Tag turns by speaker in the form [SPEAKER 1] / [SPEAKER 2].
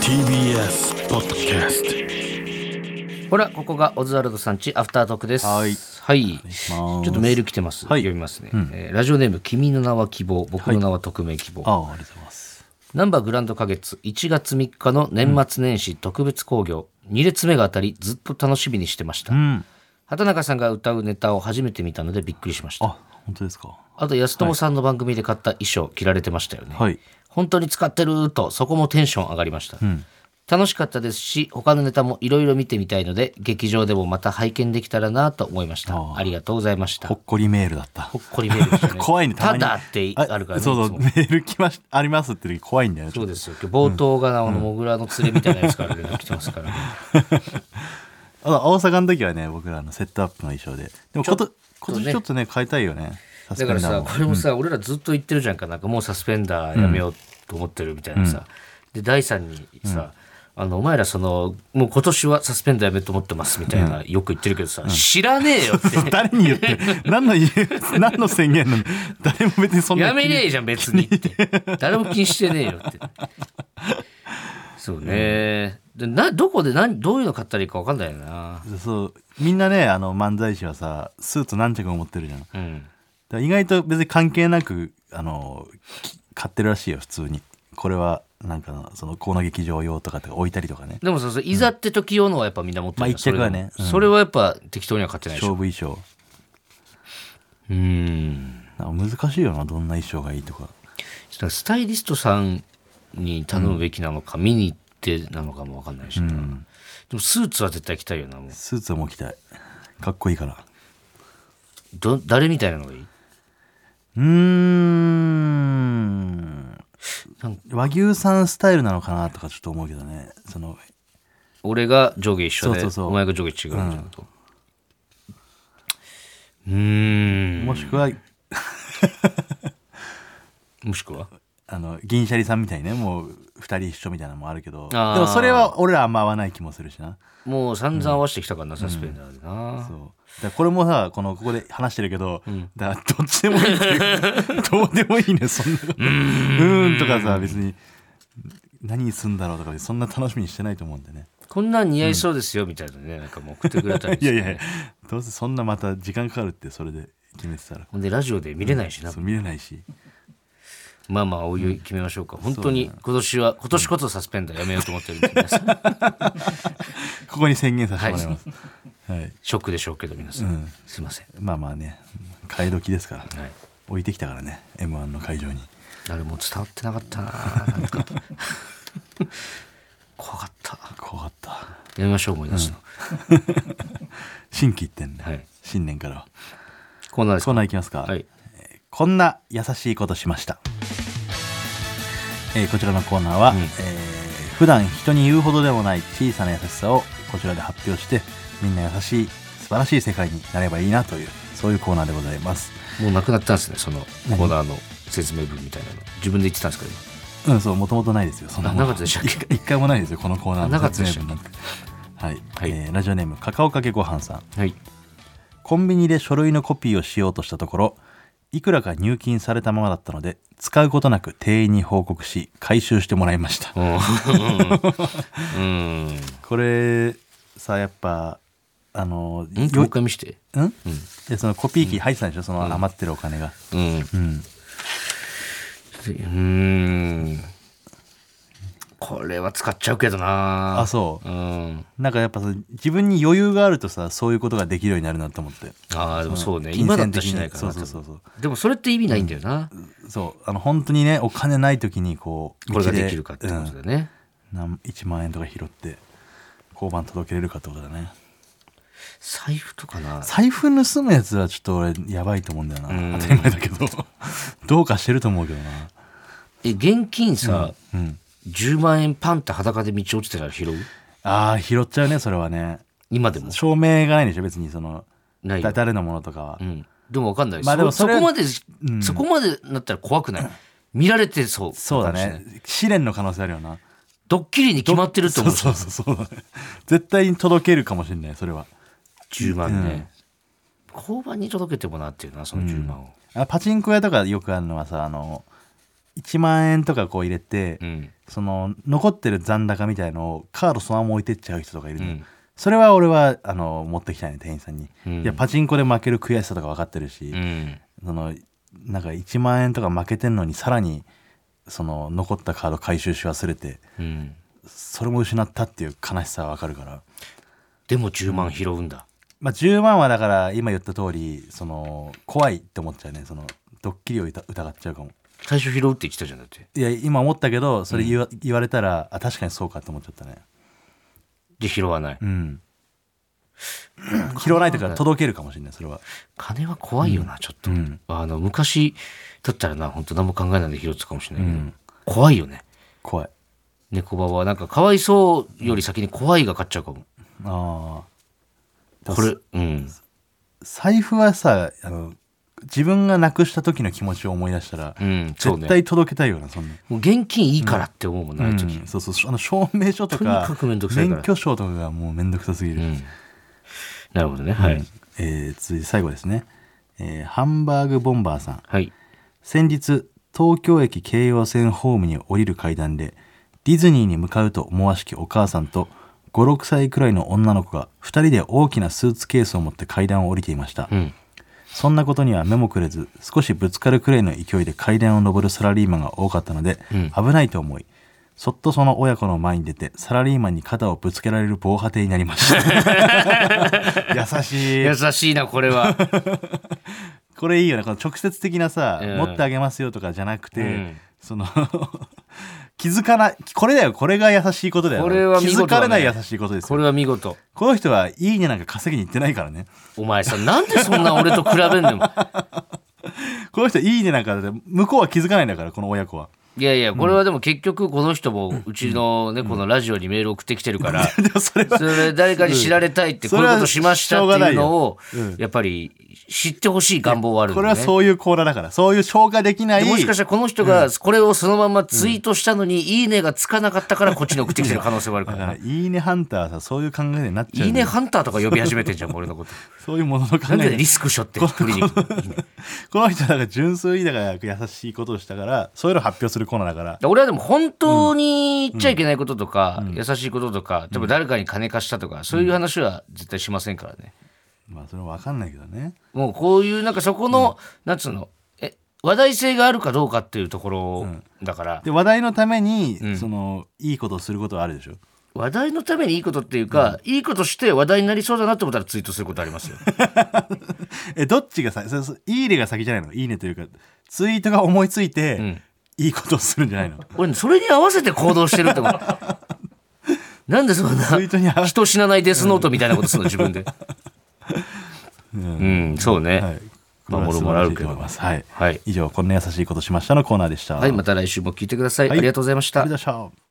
[SPEAKER 1] TBS ポッドキャスト
[SPEAKER 2] ほら、ここがオズワルドさんちアフタートークです。
[SPEAKER 1] はい
[SPEAKER 2] はい。ち
[SPEAKER 1] ま
[SPEAKER 2] ょ
[SPEAKER 1] す
[SPEAKER 2] っとメール来てます。
[SPEAKER 1] はい
[SPEAKER 2] 読みますね、えーラジオネーム、君の名は希望、僕の名は匿名希望。
[SPEAKER 1] ああありがとうございます
[SPEAKER 2] ナンバーグランド花月、1月3日の年末年始特別興行、2列目が当たり、ずっと楽しみにしてました。
[SPEAKER 1] うん
[SPEAKER 2] 畑中さんが歌うネタを初めて見たのでびっくりしました。あ
[SPEAKER 1] あ本当ですか
[SPEAKER 2] と、安友さんの番組で買った衣装、着られてましたよね。
[SPEAKER 1] はい
[SPEAKER 2] 本当に使ってると、そこもテンション上がりました。楽しかったですし、他のネタもいろいろ見てみたいので、劇場でもまた拝見できたらなと思いました。
[SPEAKER 1] あ
[SPEAKER 2] ありがとうございました。
[SPEAKER 1] ほ
[SPEAKER 2] ほ
[SPEAKER 1] っこりメールだった
[SPEAKER 2] っこりメールでしたね。
[SPEAKER 1] 怖いねたま
[SPEAKER 2] た
[SPEAKER 1] に
[SPEAKER 2] だってあるからね。
[SPEAKER 1] そう
[SPEAKER 2] いつ
[SPEAKER 1] そう
[SPEAKER 2] も
[SPEAKER 1] メール来ましありますって時怖いんだよねち
[SPEAKER 2] そ
[SPEAKER 1] ょっ
[SPEAKER 2] うですよ。今日冒頭がな、あの、モグラの連れみたいなやつから連絡来てますからね。
[SPEAKER 1] とあの大阪の時はね僕らのセットアップの衣装ででもこと今
[SPEAKER 2] とね
[SPEAKER 1] 年ちょっとね変えたいよねさす
[SPEAKER 2] だか
[SPEAKER 1] が
[SPEAKER 2] ら
[SPEAKER 1] に
[SPEAKER 2] さ、
[SPEAKER 1] な
[SPEAKER 2] これもさ、俺らずっと言ってるじゃんか。なんかもうサスペンダーやめようと思ってるみたいなさ。で、第三にさ、あの、お前らその、もう今年はサスペンダーやめようと思ってますみたいな、よく言ってるけどさ、知らねえよって。
[SPEAKER 1] 誰に言ってる何の言う何の宣言なの誰も別にそんな
[SPEAKER 2] やめねえじゃん別に って誰も気にしてねえよってそうね、でなどこで何どういうの買ったらいいか分かんないよな
[SPEAKER 1] そうみんなねあの漫才師はさスーツ何着も持ってるじゃんだか
[SPEAKER 2] うん
[SPEAKER 1] ら意外と別に関係なくあのき買ってるらしいよ普通にこれはなんかのそのコーナー劇場用とかって置いたりとかね
[SPEAKER 2] でもさそういざって時用のはやっぱみんな持ってる
[SPEAKER 1] まあ一着はね
[SPEAKER 2] それでもそれはやっぱ適当には買ってないでし
[SPEAKER 1] 勝
[SPEAKER 2] ょ
[SPEAKER 1] 負衣装
[SPEAKER 2] うん
[SPEAKER 1] なんか難しいよなどんな衣装がいいとか
[SPEAKER 2] ちょっとスタイリストさんに頼むべきなのか、見に行ってなのかも分かんないしな、でもスーツは絶対着たいよなもう
[SPEAKER 1] スーツはもう着たいかっこいいから
[SPEAKER 2] ど誰みたいなのがいいう
[SPEAKER 1] ーん
[SPEAKER 2] なん
[SPEAKER 1] 和牛さんスタイルなのかなとかちょっと思うけどねその
[SPEAKER 2] 俺が上下一緒
[SPEAKER 1] そう
[SPEAKER 2] で
[SPEAKER 1] そうそう
[SPEAKER 2] お前が上下違うじゃんとうーん
[SPEAKER 1] もしくは
[SPEAKER 2] もしくは
[SPEAKER 1] あの銀シャリさんみたいにねもう二人一緒みたいなのもあるけどで
[SPEAKER 2] あー
[SPEAKER 1] もそれは俺らあんま合わない気もするしな
[SPEAKER 2] もう散々合わせてきたからな、サスペンダーでな、
[SPEAKER 1] そうだからこれもさこのここで話してるけど、だからどっちで もいいっていうどうでもいいねそんなことうーんとかさ別に何すんだろうとかそんな楽しみにしてないと思うんでね
[SPEAKER 2] こんなん似合いそうですよみたいなね、なんかもう送ってくれたりし
[SPEAKER 1] い
[SPEAKER 2] て
[SPEAKER 1] やいやどうせそんなまた時間かかるってそれで決めてたら
[SPEAKER 2] ほんでラジオで見れないしな、
[SPEAKER 1] そう見れないし
[SPEAKER 2] まあまあお湯決めましょうか、本当に今年は今年こそサスペンダーやめようと思ってるんで皆さ ん
[SPEAKER 1] ここに宣言させてもらいます、はい
[SPEAKER 2] ショックでしょうけど皆さん、
[SPEAKER 1] うん
[SPEAKER 2] すいません、
[SPEAKER 1] まあまあね替え時ですから、
[SPEAKER 2] はい、
[SPEAKER 1] 置いてきたからね m 1の会場に。
[SPEAKER 2] 誰も伝わってなかったななんか怖かった
[SPEAKER 1] 怖かった
[SPEAKER 2] やめましょう思い出すの、
[SPEAKER 1] 新規一点ね、
[SPEAKER 2] はい
[SPEAKER 1] 新年からは
[SPEAKER 2] コーナーです
[SPEAKER 1] コーナーいきますか、
[SPEAKER 2] は
[SPEAKER 1] え
[SPEAKER 2] い
[SPEAKER 1] ーこんな優しいことしました、えーこちらのコーナーは、
[SPEAKER 2] うん
[SPEAKER 1] えー普段人に言うほどでもない小さな優しさをこちらで発表してみんな優しい素晴らしい世界になればいいなというそういうコーナーでございます
[SPEAKER 2] もうなくなったんですね、そのコーナーの説明文みたいなの。自分で言ってたんですけど、
[SPEAKER 1] うんそうもともとないですよそんなも
[SPEAKER 2] あ
[SPEAKER 1] の
[SPEAKER 2] なかったでしたっけ
[SPEAKER 1] 一回一回もないですよこのコーナー
[SPEAKER 2] あな
[SPEAKER 1] の
[SPEAKER 2] かった
[SPEAKER 1] 説
[SPEAKER 2] で
[SPEAKER 1] 明
[SPEAKER 2] した
[SPEAKER 1] 文
[SPEAKER 2] っ
[SPEAKER 1] な
[SPEAKER 2] け
[SPEAKER 1] んてはい、
[SPEAKER 2] はい
[SPEAKER 1] えーラジオネームカカオかけごはんさん
[SPEAKER 2] はい。
[SPEAKER 1] コンビニで書類のコピーをしようとしたところいくらか入金されたままだったので使うことなく店員に報告し回収してもらいました
[SPEAKER 2] うん。ん。
[SPEAKER 1] これさやっぱあの
[SPEAKER 2] もう
[SPEAKER 1] よ
[SPEAKER 2] 一回見して。
[SPEAKER 1] うん、でそのコピー機入ってたんでしょその余ってるお金が、
[SPEAKER 2] うん。
[SPEAKER 1] うん、
[SPEAKER 2] うん。これは使っちゃうけどな
[SPEAKER 1] あそう
[SPEAKER 2] う。うん。
[SPEAKER 1] なんかやっぱさ自分に余裕があるとさそういうことができるようになるなと思って
[SPEAKER 2] ああ、でもそうね。
[SPEAKER 1] うん
[SPEAKER 2] 今だったらしないかな。
[SPEAKER 1] 金銭的にそうそうそう
[SPEAKER 2] 多分でもそれって意味ないんだよな。
[SPEAKER 1] そうあの本当にねお金ない時にこう
[SPEAKER 2] これが
[SPEAKER 1] 道
[SPEAKER 2] できるかってことだね。
[SPEAKER 1] うんなん1万円とか拾って交番届けれるかってことだね
[SPEAKER 2] 財布とかな。
[SPEAKER 1] 財布盗むやつはちょっと俺やばいと思うんだよ
[SPEAKER 2] う
[SPEAKER 1] なん当たり前だけどどうかしてると思うけどな
[SPEAKER 2] え、現金さ、
[SPEAKER 1] うん
[SPEAKER 2] 10万円パンって裸で道落ちてたら拾う
[SPEAKER 1] ああ拾っちゃうねそれはね
[SPEAKER 2] 今でも。
[SPEAKER 1] 証明がないんでしょ別にその
[SPEAKER 2] ないよ
[SPEAKER 1] だ。誰のものとかは、
[SPEAKER 2] うん、でも分かんない、
[SPEAKER 1] まあでも
[SPEAKER 2] そ
[SPEAKER 1] それ
[SPEAKER 2] そこまで、
[SPEAKER 1] うん
[SPEAKER 2] そこまでなったら怖 くない見られてそう
[SPEAKER 1] そうだ
[SPEAKER 2] かもしれな
[SPEAKER 1] ね
[SPEAKER 2] い
[SPEAKER 1] 試練の可能性あるよな
[SPEAKER 2] ドッキリに決まってると思う
[SPEAKER 1] そうそうそうそうだね 絶対に届けるかもしれないそれは
[SPEAKER 2] 10万ね、交番に届けてもなっていうなその10万を、
[SPEAKER 1] あパチンコ屋とかよくあるのはさあの1万円とかこう入れて、
[SPEAKER 2] うん。
[SPEAKER 1] その残ってる残高みたいのをカードそのまま置いてっちゃう人とかいる
[SPEAKER 2] う
[SPEAKER 1] の、
[SPEAKER 2] ん。
[SPEAKER 1] それは俺はあの持ってきたいね店員さんに、
[SPEAKER 2] うん
[SPEAKER 1] いやパチンコで負ける悔しさとか分かってるし、
[SPEAKER 2] うん。
[SPEAKER 1] そのなんか1万円とか負けてんのにさらにその残ったカード回収し忘れて
[SPEAKER 2] うん。
[SPEAKER 1] それも失ったっていう悲しさは分かるから、
[SPEAKER 2] でも10万拾うんだ。
[SPEAKER 1] まあ、10万はだから今言った通りその怖いって思っちゃうねそのドッキリをいた疑っちゃうかも
[SPEAKER 2] 最初拾うって言ってたじゃん、だって。
[SPEAKER 1] いや今思ったけどそれ言わ,、言われたらあ確かにそうかって思っちゃったね
[SPEAKER 2] で、拾わない。
[SPEAKER 1] うん拾わないというか届けるかもしれないそれは
[SPEAKER 2] 金は怖いよな、ちょっと。
[SPEAKER 1] うん
[SPEAKER 2] あの、昔だったらな、本当何も考えないで拾ってたかもしれないけど、怖いよね。
[SPEAKER 1] 怖い
[SPEAKER 2] 猫バはなんか、かわいそうより先に怖いが勝っちゃうかも。
[SPEAKER 1] ああ
[SPEAKER 2] これ、うん。
[SPEAKER 1] 財布はさあの自分がなくした時の気持ちを思い出したら、
[SPEAKER 2] うん、そう
[SPEAKER 1] 絶
[SPEAKER 2] ね。
[SPEAKER 1] 対届けたいよなそんな、
[SPEAKER 2] もう現金いいからって思うもんな、ああいう時。
[SPEAKER 1] うんそうそうあの証明書とか
[SPEAKER 2] とにかくめんどくさいから
[SPEAKER 1] 免許証とかがもうめんどくさすぎる、
[SPEAKER 2] うんなるほどね。はい。
[SPEAKER 1] えー続いて最後ですね、えーハンバーグボンバーさん
[SPEAKER 2] はい。
[SPEAKER 1] 先日東京駅京葉線ホームに降りる階段でディズニーに向かうと思わしきお母さんと56歳くらいの女の子が2人で大きなスーツケースを持って階段を降りていました、
[SPEAKER 2] うん。
[SPEAKER 1] そんなことには目もくれず少しぶつかるくらいの勢いで階段を上るサラリーマンが多かったので、
[SPEAKER 2] うん
[SPEAKER 1] 危ないと思いそっとその親子の前に出てサラリーマンに肩をぶつけられる防波堤になりました 優しい
[SPEAKER 2] 優しいな、これは。
[SPEAKER 1] これいいよねこの直接的なさ、
[SPEAKER 2] うん
[SPEAKER 1] 持ってあげますよとかじゃなくて、
[SPEAKER 2] うん
[SPEAKER 1] その 気づかないこれだよこれが優しいことだよ
[SPEAKER 2] これは
[SPEAKER 1] 気
[SPEAKER 2] 見
[SPEAKER 1] づ
[SPEAKER 2] 事
[SPEAKER 1] か
[SPEAKER 2] だね
[SPEAKER 1] れない優しいことです
[SPEAKER 2] こ
[SPEAKER 1] よ
[SPEAKER 2] れは見事。
[SPEAKER 1] この人はいいねなんか稼ぎに行ってないからね
[SPEAKER 2] お前さ、なんでそんな俺と比べんの
[SPEAKER 1] この人いいねなんかだって向こうは気づかないんだからこの親子はい
[SPEAKER 2] やいや、これはでも結局この人もうちのね、このラジオにメール送ってきてるから、
[SPEAKER 1] でもそれは
[SPEAKER 2] それ誰かに知られたいって、こういうことしましたっていうのを
[SPEAKER 1] それはしょうがないようん、
[SPEAKER 2] やっぱり知ってほしい願望はあるん
[SPEAKER 1] こ
[SPEAKER 2] だ
[SPEAKER 1] れ
[SPEAKER 2] よ
[SPEAKER 1] は
[SPEAKER 2] ね。
[SPEAKER 1] そういうコーナーだからそういう消化できない
[SPEAKER 2] でもしかしたらこの人がこれをそのままツイートしたのに、いいねがつかなかったからこっちに送ってきてる可能性はあるか
[SPEAKER 1] だからら
[SPEAKER 2] ね。
[SPEAKER 1] いいねハンターはさそういう考えになっちゃう
[SPEAKER 2] いいねハンターとか呼び始めてんじゃん、俺のこと。
[SPEAKER 1] そういうものの考
[SPEAKER 2] なんで
[SPEAKER 1] え
[SPEAKER 2] リスクしょって取りに行くのいいね
[SPEAKER 1] この人だから純粋にだから優しいことをしたからそういうの発表するコーナーだから
[SPEAKER 2] 俺はでも本当に言っちゃいけないこととか、優しいこととか、多分誰かに金貸したとか、そういう話は絶対しませんからね。
[SPEAKER 1] まあそれも分かんないけどね
[SPEAKER 2] もうこういう、なんかそこの、なんつうの、え、話題性があるかどうかっていうところだから、
[SPEAKER 1] で話題のために、そのいいことをすることはあるでしょ
[SPEAKER 2] 話題のためにいいことっていうか、いいことして話題になりそうだなって思ったらツイートすることありますよ。
[SPEAKER 1] えどっちがさそそいいねが先じゃないのいいねというかツイートが思いついて、
[SPEAKER 2] ん
[SPEAKER 1] いいことをするんじゃないの
[SPEAKER 2] 俺、それに合わせて行動してるって こと。なんでそん
[SPEAKER 1] ツイートに合わ
[SPEAKER 2] な、
[SPEAKER 1] せ
[SPEAKER 2] 人死なないデスノートみたいなことするの、自分で。 うん、そうね。
[SPEAKER 1] はい
[SPEAKER 2] まあもろもろあるけど
[SPEAKER 1] これは素晴らしいと思いますはい、
[SPEAKER 2] はい
[SPEAKER 1] 以上こんな優しいことしましたのコーナーでした
[SPEAKER 2] はい、また来週も聞いてください。
[SPEAKER 1] はい
[SPEAKER 2] ありがとうございました
[SPEAKER 1] あり。がとうございました